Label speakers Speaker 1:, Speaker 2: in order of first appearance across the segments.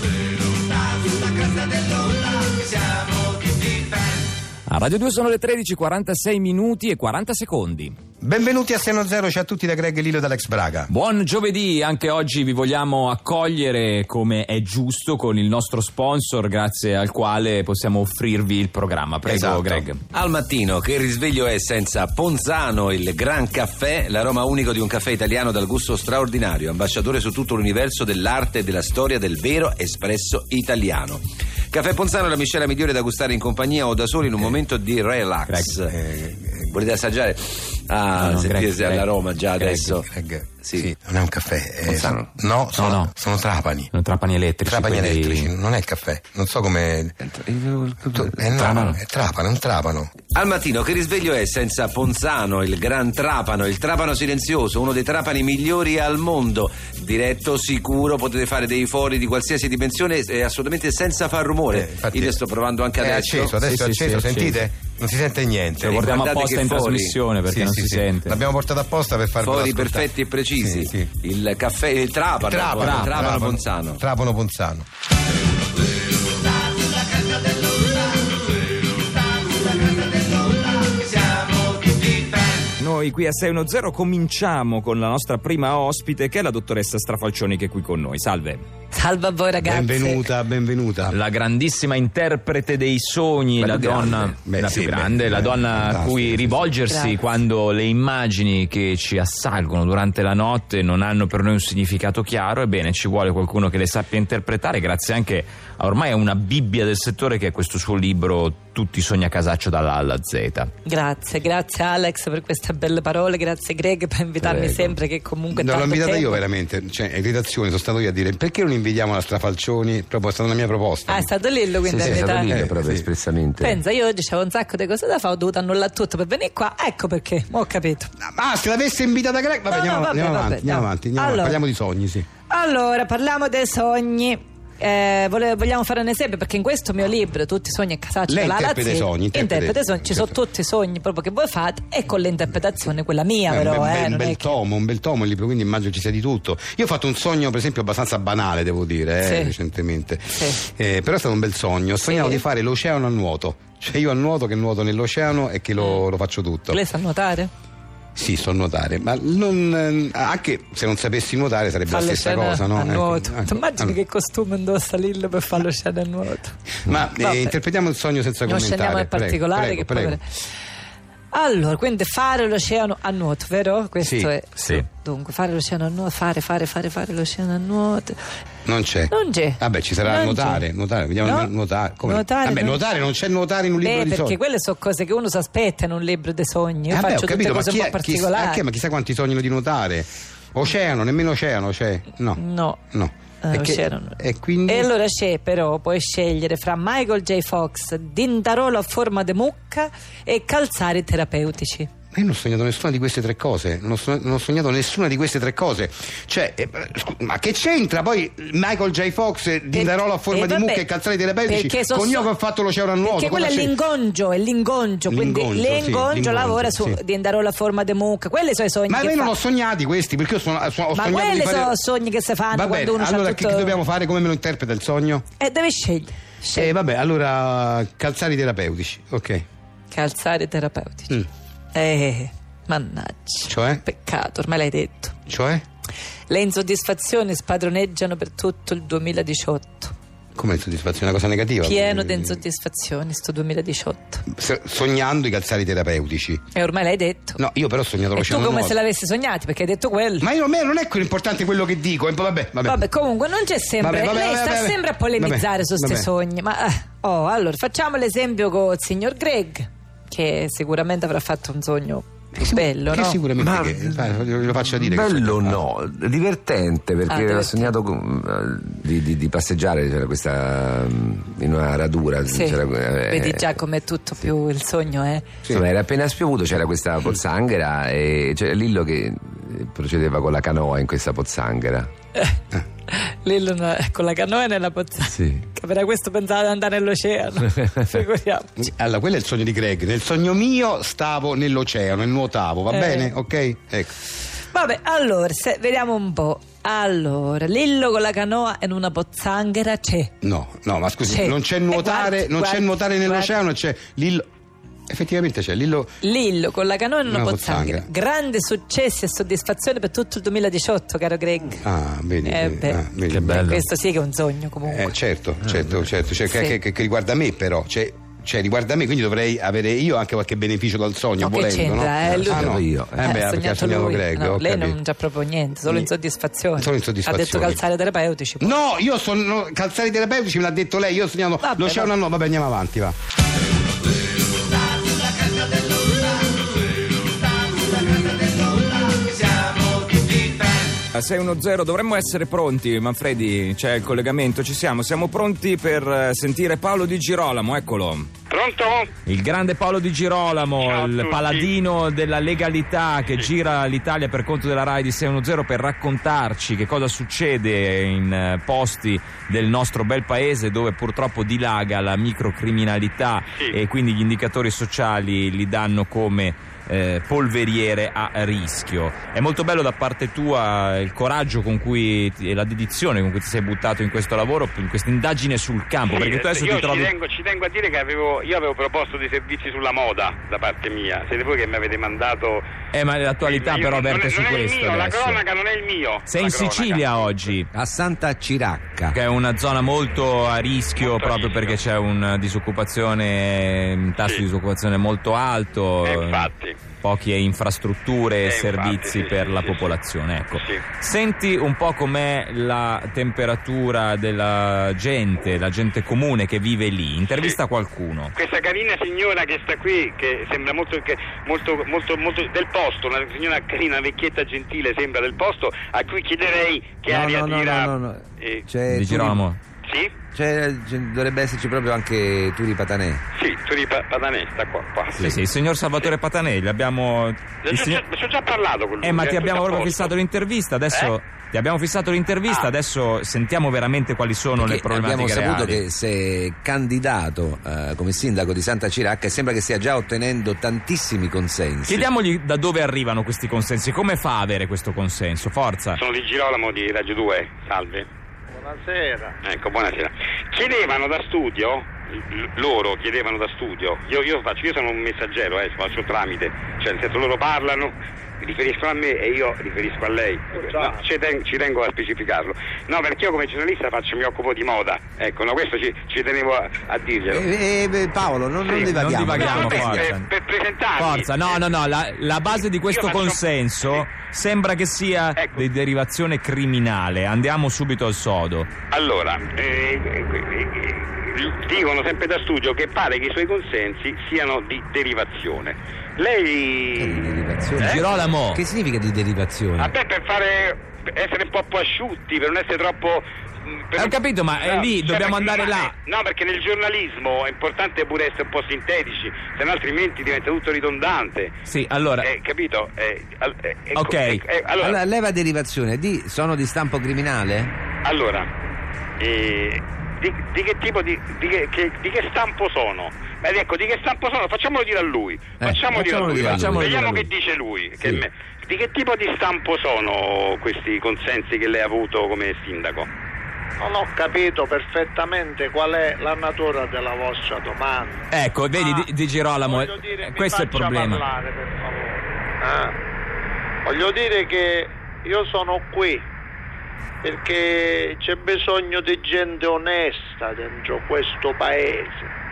Speaker 1: Vero, sulla cresta dell'onda, siamo tutti fan.
Speaker 2: A Radio 2 sono le 13:46 minuti e 40 secondi.
Speaker 3: Benvenuti a Seno Zero, ciao a tutti da Greg Lillo e da Alex Braga.
Speaker 2: Buon giovedì, anche oggi vi vogliamo accogliere come è giusto con il nostro sponsor grazie al quale possiamo offrirvi il programma. Prego
Speaker 3: Esatto.
Speaker 2: Greg.
Speaker 4: Al mattino, che il risveglio è senza Ponzano, il gran caffè, l'aroma unico di un caffè italiano dal gusto straordinario, ambasciatore su tutto l'universo dell'arte e della storia del vero espresso italiano. Caffè Ponzano è la miscela migliore da gustare in compagnia o da soli in un momento di relax.
Speaker 2: Eh.
Speaker 4: Eh,
Speaker 2: Greg, eh,
Speaker 4: Volete assaggiare? Ah,
Speaker 2: No, no,
Speaker 4: sentite
Speaker 2: Greg,
Speaker 4: all'aroma già
Speaker 2: Greg,
Speaker 4: adesso.
Speaker 3: Greg,
Speaker 4: Sì.
Speaker 3: non è un caffè. eh,
Speaker 4: Ponzano?
Speaker 3: son- no, sono,
Speaker 2: no.
Speaker 3: sono trapani.
Speaker 2: Sono trapani elettrici.
Speaker 3: Trapani
Speaker 2: quelli-
Speaker 3: elettrici, non è il caffè. Non so come. Eh no,
Speaker 4: Trapano.
Speaker 3: è trapano, è un trapano.
Speaker 4: Al mattino che risveglio è senza Ponzano, il gran trapano, il trapano silenzioso, uno dei trapani migliori al mondo. Diretto, sicuro, potete fare dei fori di qualsiasi dimensione e assolutamente senza far rumore.
Speaker 3: Eh, infatti-
Speaker 4: Io sto provando anche
Speaker 3: è
Speaker 4: adesso.
Speaker 3: acceso, adesso
Speaker 2: Sì,
Speaker 3: è
Speaker 2: sì,
Speaker 3: acceso,
Speaker 2: sì, è
Speaker 3: sentite? Non si sente niente.
Speaker 2: Lo guardiamo
Speaker 4: Guardate
Speaker 2: apposta
Speaker 4: che
Speaker 2: in
Speaker 4: fuori.
Speaker 2: trasmissione perché
Speaker 3: Sì,
Speaker 2: non
Speaker 3: sì,
Speaker 2: si
Speaker 3: sì.
Speaker 2: sente.
Speaker 3: L'abbiamo portato apposta per farlo
Speaker 4: Fori
Speaker 3: ascoltare.
Speaker 4: perfetti e precisi.
Speaker 3: Sì, sì.
Speaker 4: Il caffè, il trapano,
Speaker 3: Trapano,
Speaker 4: trapano, Ponzano.
Speaker 3: Trapano Ponzano.
Speaker 2: Noi qui a 610 cominciamo con la nostra prima ospite che è la dottoressa Strafalcioni che è qui con noi. Salve.
Speaker 5: Salve a voi ragazzi.
Speaker 3: Benvenuta, benvenuta.
Speaker 2: La grandissima interprete dei sogni,
Speaker 4: La
Speaker 2: la
Speaker 4: più
Speaker 6: eh.
Speaker 2: donna,
Speaker 4: grande.
Speaker 3: Beh,
Speaker 2: la
Speaker 3: sì,
Speaker 2: più
Speaker 3: beh,
Speaker 2: grande, la
Speaker 3: beh,
Speaker 2: donna a
Speaker 3: fantastica, sì,
Speaker 2: cui
Speaker 3: sì.
Speaker 2: rivolgersi
Speaker 5: Grazie.
Speaker 2: quando le immagini che ci assalgono durante la notte non hanno per noi un significato chiaro, ebbene ci vuole qualcuno che le sappia interpretare, grazie anche a ormai a una bibbia del settore che è questo suo libro Tutti sogna casaccio dalla A alla Z.
Speaker 5: Grazie, grazie Alex per queste belle parole, grazie Greg per invitarmi
Speaker 2: Prego.
Speaker 5: sempre che comunque
Speaker 7: No, l'ho
Speaker 5: tanto
Speaker 7: invitata io
Speaker 5: tempo-
Speaker 7: veramente, cioè in redazione sono stato io a dire perché non invitiamo la Strafalcioni, proprio è stata una mia proposta.
Speaker 5: Ah, è stato Lillo quindi
Speaker 7: Sì, sì,
Speaker 5: a
Speaker 7: è stato
Speaker 5: metà-
Speaker 7: Lillo.
Speaker 4: Lillo, proprio
Speaker 7: sì.
Speaker 4: espressamente.
Speaker 5: Pensa, io oggi c'avevo un sacco di cose da fare, ho dovuto annullare tutto per venire qua, ecco perché, mo ho capito.
Speaker 7: Ah, se l'avesse invitata Greg, vabbè,
Speaker 5: No, no,
Speaker 7: andiamo,
Speaker 5: vabbè,
Speaker 7: andiamo
Speaker 5: vabbè,
Speaker 7: avanti, andiamo
Speaker 5: no.
Speaker 7: avanti, andiamo avanti,
Speaker 5: Allora.
Speaker 7: parliamo di sogni, sì.
Speaker 5: Allora, parliamo dei sogni. Eh, vole- vogliamo fare un esempio perché in questo mio libro Tutti i sogni a casaccio
Speaker 7: Lei
Speaker 5: della
Speaker 7: interpreta i
Speaker 5: Lazio,
Speaker 7: sogni, interpreta-
Speaker 5: interpreta i sogni, ci sono
Speaker 7: interpreta.
Speaker 5: tutti i sogni proprio che voi fate e con l'interpretazione quella mia
Speaker 7: Beh,
Speaker 5: però
Speaker 7: un
Speaker 5: eh,
Speaker 7: bel, un
Speaker 5: non
Speaker 7: bel
Speaker 5: è che-
Speaker 7: tomo, un bel tomo il libro, quindi immagino ci sia di tutto. Io ho fatto un sogno, per esempio, abbastanza banale, devo dire, eh,
Speaker 5: Sì.
Speaker 7: recentemente.
Speaker 5: Sì.
Speaker 7: Eh, però è stato un bel sogno. Ho sognato di fare l'oceano a nuoto. Cioè io a nuoto che nuoto nell'oceano e che
Speaker 5: Mm.
Speaker 7: lo, lo faccio tutto.
Speaker 5: Lei sa nuotare?
Speaker 7: Sì, so nuotare, ma non, eh, anche se non sapessi nuotare sarebbe
Speaker 5: Fa
Speaker 7: la stessa
Speaker 5: l'oceano
Speaker 7: cosa, no?
Speaker 5: a
Speaker 7: Ecco,
Speaker 5: nuoto.
Speaker 7: ecco,
Speaker 5: Ti immagini
Speaker 7: allora.
Speaker 5: che costume indossa Lillo per fare l'oceano a nuoto?
Speaker 7: Ma eh,
Speaker 5: Vabbè.
Speaker 7: interpretiamo il sogno senza
Speaker 5: non
Speaker 7: commentare.
Speaker 5: scendiamo nel
Speaker 7: Prego,
Speaker 5: particolare
Speaker 7: prego,
Speaker 5: che
Speaker 7: prego.
Speaker 5: poi- Allora, quindi fare l'oceano a nuoto, vero? Questo
Speaker 7: Sì,
Speaker 5: è.
Speaker 2: sì.
Speaker 5: Dunque, fare l'oceano a nuoto, fare, fare, fare, fare l'oceano a nuoto.
Speaker 7: Non c'è.
Speaker 5: Non c'è.
Speaker 7: Vabbè, ci sarà
Speaker 5: Non
Speaker 7: nuotare,
Speaker 5: c'è.
Speaker 7: nuotare, vediamo
Speaker 5: No?
Speaker 7: nu- nuotare. Come?
Speaker 5: Nuotare
Speaker 7: Vabbè,
Speaker 5: non-
Speaker 7: nuotare, non c'è nuotare in un libro
Speaker 5: Beh,
Speaker 7: di
Speaker 5: perché
Speaker 7: sogni.
Speaker 5: quelle sono cose che uno si aspetta in un libro dei sogni. Io
Speaker 7: Eh, vabbè,
Speaker 5: faccio
Speaker 7: ho capito,
Speaker 5: tutte
Speaker 7: ma
Speaker 5: cose
Speaker 7: chi,
Speaker 5: un po'
Speaker 7: è- chi-
Speaker 5: particolari.
Speaker 7: anche, ma chissà quanti sognano di nuotare. Oceano, nemmeno oceano c'è. No.
Speaker 5: No.
Speaker 7: No.
Speaker 5: Eh,
Speaker 7: E che-
Speaker 5: c'erano.
Speaker 7: e quindi-
Speaker 5: E allora c'è però, puoi scegliere fra Michael J. Fox, Dindarolo a forma di mucca e calzari terapeutici.
Speaker 7: Ma Io non ho sognato nessuna di queste tre cose, non ho, sogn- non ho sognato nessuna di queste tre cose. Cioè, eh, scu- ma che c'entra poi Michael J. Fox, eh, Dindarola a forma
Speaker 5: eh,
Speaker 7: di
Speaker 5: vabbè,
Speaker 7: mucca e calzare terapeutici
Speaker 5: perché so-
Speaker 7: con io
Speaker 5: so-
Speaker 7: che ho fatto l'oceano a nuoto?
Speaker 5: Perché quello
Speaker 7: cosa
Speaker 5: è
Speaker 7: c'è?
Speaker 5: l'ingongio, è l'ingongio, quindi
Speaker 7: L'ingongio, sì,
Speaker 5: l'ingongio
Speaker 7: l'ingongio,
Speaker 5: lavora su
Speaker 7: sì.
Speaker 5: Dindarola a forma di mucca, quelli sono i sogni
Speaker 7: Ma
Speaker 5: che
Speaker 7: io non
Speaker 5: fa.
Speaker 7: ho sognati questi perché io sono, so- ho
Speaker 5: Ma
Speaker 7: sognato
Speaker 5: quelli
Speaker 7: di fare...
Speaker 5: sono sogni che si fanno
Speaker 7: Vabbè,
Speaker 5: quando uno c'ha
Speaker 7: allora che-
Speaker 5: tutto-
Speaker 7: che dobbiamo fare? Come me lo interpreta il sogno?
Speaker 5: E devi scegliere. Scegli.
Speaker 7: Eh, vabbè, allora calzari terapeutici, ok.
Speaker 5: Calzari terapeutici.
Speaker 7: Mm.
Speaker 5: Eh, mannaggia.
Speaker 7: Cioè?
Speaker 5: Peccato, ormai l'hai detto.
Speaker 7: Cioè?
Speaker 5: Le insoddisfazioni spadroneggiano per tutto il 2018.
Speaker 7: Come insoddisfazione, una cosa negativa?
Speaker 5: Pieno
Speaker 7: Eh,
Speaker 5: di insoddisfazioni sto 2018.
Speaker 7: so- Sognando i calzari terapeutici.
Speaker 5: E ormai l'hai detto.
Speaker 7: No, io però ho sognato
Speaker 5: e tu
Speaker 7: l'oceano
Speaker 5: come
Speaker 7: nuoto.
Speaker 5: se l'avessi sognato, perché hai detto quello.
Speaker 7: Ma io, a me non è quello importante quello che dico. eh, Vabbè, vabbè.
Speaker 5: Vabbè, comunque non c'è sempre.
Speaker 7: Vabbè, vabbè,
Speaker 5: Lei
Speaker 7: vabbè,
Speaker 5: sta
Speaker 7: vabbè.
Speaker 5: sempre a polemizzare
Speaker 7: Vabbè,
Speaker 5: su questi
Speaker 7: vabbè.
Speaker 5: sogni. Ma eh, oh, allora facciamo l'esempio con il signor Greg, che sicuramente avrà fatto un sogno più bello,
Speaker 7: che
Speaker 5: no?
Speaker 7: sicuramente
Speaker 4: Ma-
Speaker 7: che- eh, dai, lo lo faccia dire. che
Speaker 4: Bello
Speaker 7: so-
Speaker 4: no, divertente perché
Speaker 5: Ah,
Speaker 4: aveva
Speaker 5: divertente.
Speaker 4: sognato con- eh, di, di- di passeggiare, c'era questa mm, in una radura.
Speaker 5: Sì.
Speaker 4: c'era, eh,
Speaker 5: Vedi già com'è tutto più il sogno, eh?
Speaker 4: Insomma, era appena spiovuto, c'era questa pozzanghera e c'era Lillo che eh, procedeva con la canoa in questa pozzanghera.
Speaker 5: Lì non- con la canoa nella pozzana.
Speaker 2: Sì.
Speaker 5: Che per questo pensavo di andare nell'oceano. Figuriamo.
Speaker 7: Allora, quello è il sogno di Greg. Nel sogno mio stavo nell'oceano e nuotavo, va
Speaker 5: Eh.
Speaker 7: bene? Ok? Ecco.
Speaker 5: Vabbè, allora, se- vediamo un po'. Allora, Lillo con la canoa e in una pozzanghera c'è.
Speaker 7: No, no, ma scusi,
Speaker 5: C'è.
Speaker 7: non c'è
Speaker 5: Eh,
Speaker 7: nuotare,
Speaker 5: guardi,
Speaker 7: non c'è
Speaker 5: guardi,
Speaker 7: nuotare nell'oceano, c'è Lillo. Effettivamente c'è Lillo.
Speaker 5: Lillo con la canoa in una,
Speaker 7: Una
Speaker 5: pozzanghera.
Speaker 7: pozzanghera.
Speaker 5: Grande successo e soddisfazione per tutto il 2018, caro Greg.
Speaker 7: Ah, vedi.
Speaker 5: Eh,
Speaker 7: vedi,
Speaker 5: beh.
Speaker 7: ah, vedi,
Speaker 2: Che
Speaker 7: vedi.
Speaker 2: bello.
Speaker 5: Questo sì che è un sogno comunque.
Speaker 7: Eh, certo, certo, certo, cioè,
Speaker 5: Ah, Sì.
Speaker 7: che, che- che riguarda me però, cioè, cioè, riguarda me, quindi dovrei avere io anche qualche beneficio dal sogno,
Speaker 5: No, che
Speaker 7: volendo,
Speaker 5: c'entra,
Speaker 7: no?
Speaker 5: eh, lui-
Speaker 7: ah, no.
Speaker 4: Sognavo io,
Speaker 7: Eh, beh,
Speaker 5: ha
Speaker 7: perché ha
Speaker 5: sognato
Speaker 7: sognato
Speaker 5: lui.
Speaker 7: Greg,
Speaker 5: No,
Speaker 7: ho
Speaker 5: lei non
Speaker 7: capito.
Speaker 5: c'ha proprio niente, solo
Speaker 7: Mi-
Speaker 5: insoddisfazione.
Speaker 7: Solo insoddisfazione.
Speaker 5: Ha detto calzare terapeutici. poi.
Speaker 7: No, io sono calzari terapeutici, me l'ha detto lei, io ho sognato
Speaker 5: Vabbè,
Speaker 7: l'oceano
Speaker 5: vabbè.
Speaker 7: no, vabbè andiamo avanti, va.
Speaker 6: A 610 dovremmo essere pronti, Manfredi, c'è il collegamento, ci siamo. Siamo pronti per eh, sentire Paolo Di Girolamo, eccolo.
Speaker 8: Pronto?
Speaker 2: Il grande Paolo Di Girolamo,
Speaker 8: Ciao a
Speaker 2: il
Speaker 8: tutti.
Speaker 2: paladino della legalità che gira l'Italia per conto della RAI di 610 per raccontarci che cosa succede in eh, posti del nostro bel paese dove purtroppo dilaga la microcriminalità
Speaker 8: Sì.
Speaker 2: e quindi gli indicatori sociali li danno come eh, polveriere a rischio. È molto bello da parte tua il coraggio con cui ti- e la dedizione con cui ti sei buttato in questo lavoro, in questa indagine sul campo,
Speaker 8: Sì, eh,
Speaker 2: perché tu adesso
Speaker 8: io
Speaker 2: ti trovi
Speaker 8: ci, tengo, ci tengo a dire che avevo, io avevo proposto dei servizi sulla moda da parte mia. Siete voi che mi avete mandato.
Speaker 2: Eh, ma l'attualità
Speaker 8: Io-
Speaker 2: però
Speaker 8: non è-
Speaker 2: verte su
Speaker 8: non è il
Speaker 2: questo.
Speaker 8: mio, la
Speaker 2: adesso.
Speaker 8: cronaca non è il mio.
Speaker 2: Sei
Speaker 8: la
Speaker 2: in
Speaker 8: cronaca.
Speaker 2: Sicilia oggi,
Speaker 4: A Santa Ciracca.
Speaker 2: che è una zona molto a rischio
Speaker 8: Molto a
Speaker 2: proprio
Speaker 8: rischio.
Speaker 2: perché c'è un disoccupazione, un tasso
Speaker 8: Sì.
Speaker 2: di disoccupazione molto alto,
Speaker 8: Eh, infatti.
Speaker 2: poche infrastrutture e
Speaker 8: Eh,
Speaker 2: servizi
Speaker 8: infatti, sì,
Speaker 2: per
Speaker 8: sì,
Speaker 2: la
Speaker 8: sì,
Speaker 2: popolazione.
Speaker 8: sì.
Speaker 2: Ecco.
Speaker 8: Sì.
Speaker 2: Senti un po' com'è la temperatura della gente, la gente comune che vive lì. Intervista
Speaker 8: Sì.
Speaker 2: qualcuno.
Speaker 8: Questa carina signora che sta qui, che sembra molto, che- molto, molto, molto del posto, una signora carina, vecchietta gentile, sembra del posto, a cui chiederei che
Speaker 4: No,
Speaker 8: aria
Speaker 4: no, no,
Speaker 8: tira.
Speaker 4: no, no, no.
Speaker 8: Eh,
Speaker 4: C'è
Speaker 2: Di
Speaker 4: Turi-
Speaker 2: Girolamo.
Speaker 8: sì?
Speaker 4: c'è- c'è- dovrebbe esserci proprio anche Turi Patanè.
Speaker 8: Sì, tu di Pa- Patanè, sta qua. qua.
Speaker 2: Sì, sì, il signor Salvatore Patanelli, abbiamo...
Speaker 8: Ci
Speaker 2: il signor-
Speaker 8: ho già parlato con lui.
Speaker 2: Eh, ma
Speaker 8: è
Speaker 2: ti
Speaker 8: tutto
Speaker 2: abbiamo
Speaker 8: a
Speaker 2: proprio
Speaker 8: posto.
Speaker 2: fissato l'intervista. Adesso
Speaker 8: Eh?
Speaker 2: ti abbiamo fissato l'intervista.
Speaker 8: Ah.
Speaker 2: Adesso sentiamo veramente quali sono le
Speaker 4: Perché abbiamo
Speaker 2: problematiche
Speaker 4: saputo
Speaker 2: reali.
Speaker 4: che si è candidato eh, come sindaco di Santa Ciracca e sembra che stia già ottenendo tantissimi consensi.
Speaker 2: Chiediamogli da dove arrivano questi consensi, come fa a avere questo consenso? Forza.
Speaker 8: Sono di Girolamo di Radio 2, salve.
Speaker 9: Buonasera.
Speaker 8: Ecco, buonasera. Chiedevano da studio, l- loro chiedevano da studio, io, io faccio, io sono un messaggero, eh, faccio tramite, cioè nel senso loro parlano, riferiscono a me e io riferisco a lei. No, ci, ten- ci tengo a specificarlo. No, perché io come giornalista faccio, mi occupo di moda, ecco, no, questo ci, ci tenevo a, a dirglielo.
Speaker 4: Eh, eh, beh, Paolo, non, non
Speaker 8: Sì,
Speaker 2: non
Speaker 4: divaghiamo.
Speaker 2: divaghiamo,
Speaker 8: No,
Speaker 4: Andiamo
Speaker 8: per,
Speaker 2: forza.
Speaker 4: avanti.
Speaker 8: per, per presentarmi.
Speaker 2: Forza, no, no, no, la, la base di questo
Speaker 8: Io faccio-
Speaker 2: consenso sembra che sia
Speaker 8: Ecco.
Speaker 2: di derivazione criminale. Andiamo subito al sodo.
Speaker 8: Allora, eh, eh, eh, dicono sempre da studio che pare che i suoi consensi siano di derivazione.
Speaker 4: Che di
Speaker 8: Lei...
Speaker 4: derivazione?
Speaker 2: Girolamo.
Speaker 4: Che significa di derivazione?
Speaker 8: A me per fare... per essere un po' più asciutti, per non essere troppo... mh, per- cioè,
Speaker 2: Ho capito, ma, eh, lì dobbiamo
Speaker 8: perché- eh,
Speaker 2: andare là.
Speaker 8: No, perché nel giornalismo è importante pure essere un po' sintetici, se no altrimenti diventa tutto ridondante.
Speaker 2: Sì, allora.
Speaker 8: Eh, capito? Eh, al- eh, ecco,
Speaker 2: Ok.
Speaker 8: ecco, eh, allora,
Speaker 4: Allora, leva derivazione di sono di stampo criminale?
Speaker 8: Allora, eh, di, di che tipo di, di che, che- di che stampo sono? Beh, ecco, di che stampo sono? Facciamolo dire a lui. Facciamo dire a
Speaker 4: Eh, facciamolo
Speaker 8: lui.
Speaker 4: dire a lui.
Speaker 8: facciamo- Vediamo
Speaker 4: Facciamolo dire a
Speaker 8: che dice lui. che me- di che tipo di stampo sono questi consensi che lei ha avuto come sindaco?
Speaker 9: Non ho capito perfettamente qual è la natura della vostra domanda.
Speaker 2: Ecco, vedi
Speaker 9: Ah,
Speaker 2: di, di Girolamo,
Speaker 9: voglio dire,
Speaker 2: eh,
Speaker 9: mi
Speaker 2: questo è il
Speaker 9: faccia
Speaker 2: problema.
Speaker 9: parlare, per favore. Ah, Voglio dire che io sono qui perché c'è bisogno di gente onesta dentro questo paese.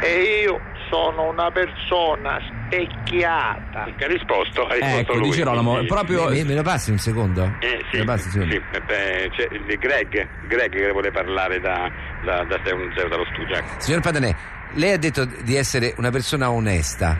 Speaker 9: E io sono una persona specchiata.
Speaker 8: Che ha risposto? Ha risposto
Speaker 2: Ecco, di
Speaker 8: lui.
Speaker 2: Girolamo,
Speaker 8: Sì.
Speaker 2: proprio
Speaker 4: Me, me lo passi un secondo?
Speaker 8: Eh,
Speaker 4: Me
Speaker 8: sì,
Speaker 4: lo passi un secondo?
Speaker 8: sì, eh, beh, c'è il Greg, Greg che vuole parlare da, da, da 610 dallo studio. ecco.
Speaker 4: Signor Patanè, lei ha detto di essere una persona onesta.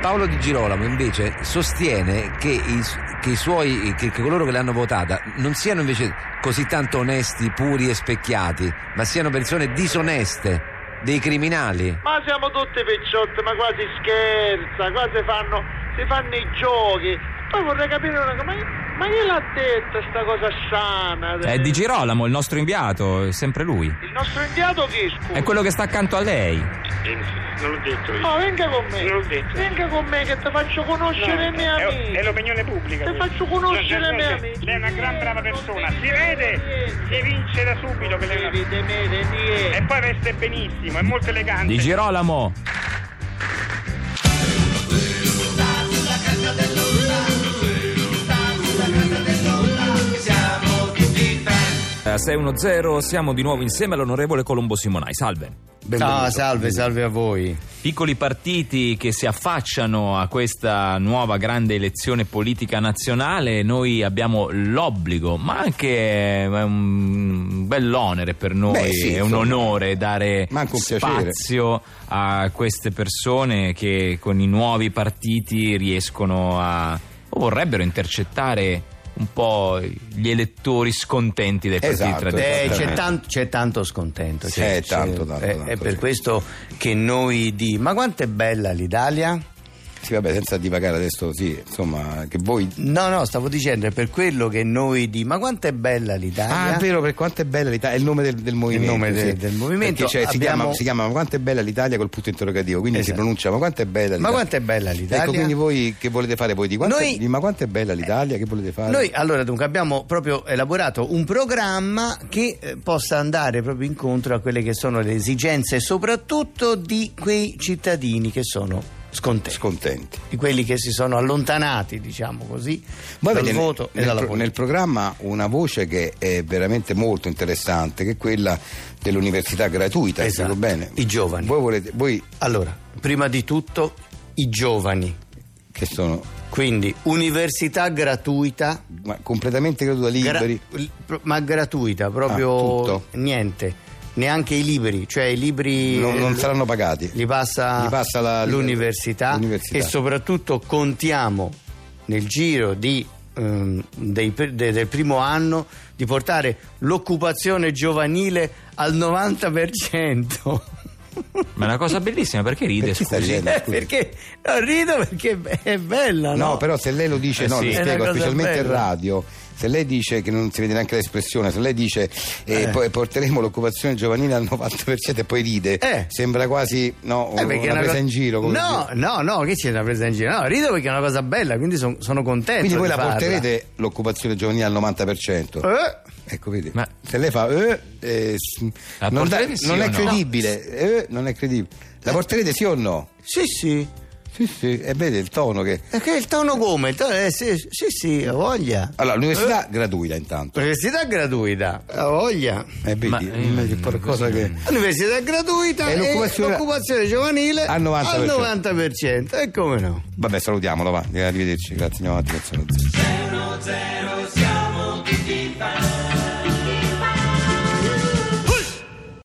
Speaker 4: Paolo Di Girolamo invece sostiene che, i, che i suoi, che, che coloro che l'hanno votata non siano invece così tanto onesti, puri e specchiati, ma siano persone disoneste, dei criminali.
Speaker 9: Ma siamo tutti picciotti, ma quasi scherza, quasi fanno, si fanno i giochi. Poi vorrei capire una cosa, ma Ma chi l'ha detta sta cosa strana?
Speaker 2: È Eh, di Girolamo, il nostro inviato, è sempre lui.
Speaker 9: Il nostro inviato chi scusa?
Speaker 2: È quello che sta accanto a lei.
Speaker 8: Eh, Non l'ho detto
Speaker 4: Ah,
Speaker 8: io.
Speaker 9: No, venga con me.
Speaker 8: Non l'ho detto.
Speaker 9: Venga con me che ti faccio conoscere i miei
Speaker 8: è,
Speaker 9: amici.
Speaker 8: è l'opinione pubblica.
Speaker 9: Ti
Speaker 8: questa.
Speaker 9: faccio conoscere i
Speaker 8: Non- non-
Speaker 9: miei
Speaker 8: non-
Speaker 9: amici.
Speaker 8: Lei è una gran brava persona. Si vede, si vince da subito che lei è una- E poi veste benissimo, è molto elegante.
Speaker 2: Di Girolamo.
Speaker 6: A 610 siamo di nuovo insieme all'onorevole Colombo Simonai. Salve.
Speaker 10: No, Ah, salve, salve a voi.
Speaker 2: Piccoli partiti che si affacciano a questa nuova grande elezione politica nazionale, noi abbiamo l'obbligo, ma anche eh, un bell'onere per noi,
Speaker 11: Beh, sì,
Speaker 2: è un
Speaker 11: insomma.
Speaker 2: onore dare
Speaker 11: Manco un piacere.
Speaker 2: spazio a queste persone che con i nuovi partiti riescono a o vorrebbero intercettare un po' gli elettori scontenti dei partiti
Speaker 11: Esatto.
Speaker 10: Eh,
Speaker 2: tradizionali.
Speaker 10: c'è, tan- c'è tanto scontento. Eh,
Speaker 2: C'è tanto, tanto,
Speaker 10: è,
Speaker 2: tanto,
Speaker 10: è per
Speaker 2: sì.
Speaker 10: questo che noi di... Ma quanto è bella l'Italia?
Speaker 3: Sì, vabbè, senza divagare adesso, sì, insomma, che voi...
Speaker 10: No, no, stavo dicendo, è per quello che noi di... Ma quanto è bella
Speaker 7: Ah,
Speaker 10: l'Italia?
Speaker 7: è vero, per quanto è bella l'Italia, è il nome del, del movimento.
Speaker 10: nome de-
Speaker 7: sì.
Speaker 10: del movimento.
Speaker 7: Perché, cioè, si,
Speaker 10: Abbiamo-
Speaker 7: chiama, si chiama Ma quanto è bella l'Italia col punto interrogativo, quindi si
Speaker 10: Esatto.
Speaker 7: pronuncia Ma quanto è bella l'Italia.
Speaker 10: ma quanto è bella l'Italia?
Speaker 7: Ecco, quindi voi che volete fare? Voi di quanto
Speaker 10: Noi-
Speaker 7: di- Ma quanto è bella l'Italia? Che volete fare?
Speaker 10: Noi allora dunque abbiamo proprio elaborato un programma che eh, possa andare proprio incontro a quelle che sono le esigenze soprattutto di quei cittadini che sono scontenti, di quelli che si sono allontanati diciamo così
Speaker 7: Voi
Speaker 10: dal
Speaker 7: avete nel-
Speaker 10: voto e
Speaker 7: nel,
Speaker 10: dalla
Speaker 7: pro-
Speaker 10: politica.
Speaker 7: nel programma una voce che è veramente molto interessante, che è quella dell'università gratuita.
Speaker 10: Esatto.
Speaker 7: dico bene.
Speaker 10: I giovani.
Speaker 7: Voi volete, voi
Speaker 10: Allora, prima di tutto i giovani.
Speaker 7: Che sono
Speaker 10: Quindi università gratuita,
Speaker 7: ma completamente gratuita, liberi.
Speaker 10: Gra- l- pro- ma gratuita,
Speaker 7: Ah,
Speaker 10: proprio
Speaker 7: tutto.
Speaker 10: niente, neanche i libri, cioè i libri
Speaker 7: non, non
Speaker 10: eh,
Speaker 7: saranno pagati.
Speaker 10: li passa,
Speaker 7: Li passa la-
Speaker 10: l'università,
Speaker 7: l'università.
Speaker 10: e soprattutto contiamo nel giro di, ehm, dei pr- de- del primo anno di portare l'occupazione giovanile al 90%.
Speaker 2: Ma è una cosa bellissima, perché ride?
Speaker 7: Perché sta
Speaker 2: scusi?
Speaker 7: ridendo?
Speaker 10: Eh, perché no, rido perché è bella, Ah, no?
Speaker 7: No, però se lei lo dice,
Speaker 2: Eh
Speaker 7: no,
Speaker 2: sì.
Speaker 7: mi
Speaker 10: È una
Speaker 7: spiego,
Speaker 10: cosa
Speaker 7: specialmente in
Speaker 10: bella.
Speaker 7: radio, se lei dice che non si vede neanche l'espressione, se lei dice eh,
Speaker 10: Eh.
Speaker 7: poi porteremo l'occupazione giovanile al 90% e poi ride,
Speaker 10: Eh.
Speaker 7: sembra quasi no,
Speaker 10: Eh,
Speaker 7: una
Speaker 10: perché è
Speaker 7: presa
Speaker 10: co-
Speaker 7: in giro. come
Speaker 10: no,
Speaker 7: dire.
Speaker 10: no, no, che c'è una presa in giro? No, rido perché è una cosa bella, quindi son- sono contento.
Speaker 7: Quindi voi
Speaker 10: di
Speaker 7: la
Speaker 10: farla.
Speaker 7: porterete l'occupazione giovanile al 90%.
Speaker 10: Eh,
Speaker 7: Ecco, vedi.
Speaker 2: Ma-
Speaker 7: Se lei fa eh, eh, s-
Speaker 2: La
Speaker 7: non,
Speaker 2: porterete sì
Speaker 7: non
Speaker 2: o
Speaker 7: è
Speaker 2: no?
Speaker 7: credibile, eh, non è credibile. La porterete sì o no?
Speaker 10: sì, sì.
Speaker 7: Sì, sì, e vede il tono che
Speaker 10: E che il tono come? Il tono, eh, sì, sì, sì, ho voglia.
Speaker 7: Allora, l'università gratuita intanto.
Speaker 10: Università gratuita, ho voglia.
Speaker 7: Eh, vedi,
Speaker 2: Ma-
Speaker 7: eh, che qualcosa che
Speaker 10: Università gratuita
Speaker 7: E
Speaker 10: e l'occupazione,
Speaker 7: l'occupazione-
Speaker 10: giovanile
Speaker 7: al 90%.
Speaker 10: al 90%. E come no?
Speaker 7: Vabbè, salutiamolo, va. Arrivederci, grazie, andiamo avanti. grazie.
Speaker 1: Zero, zero, siamo tutti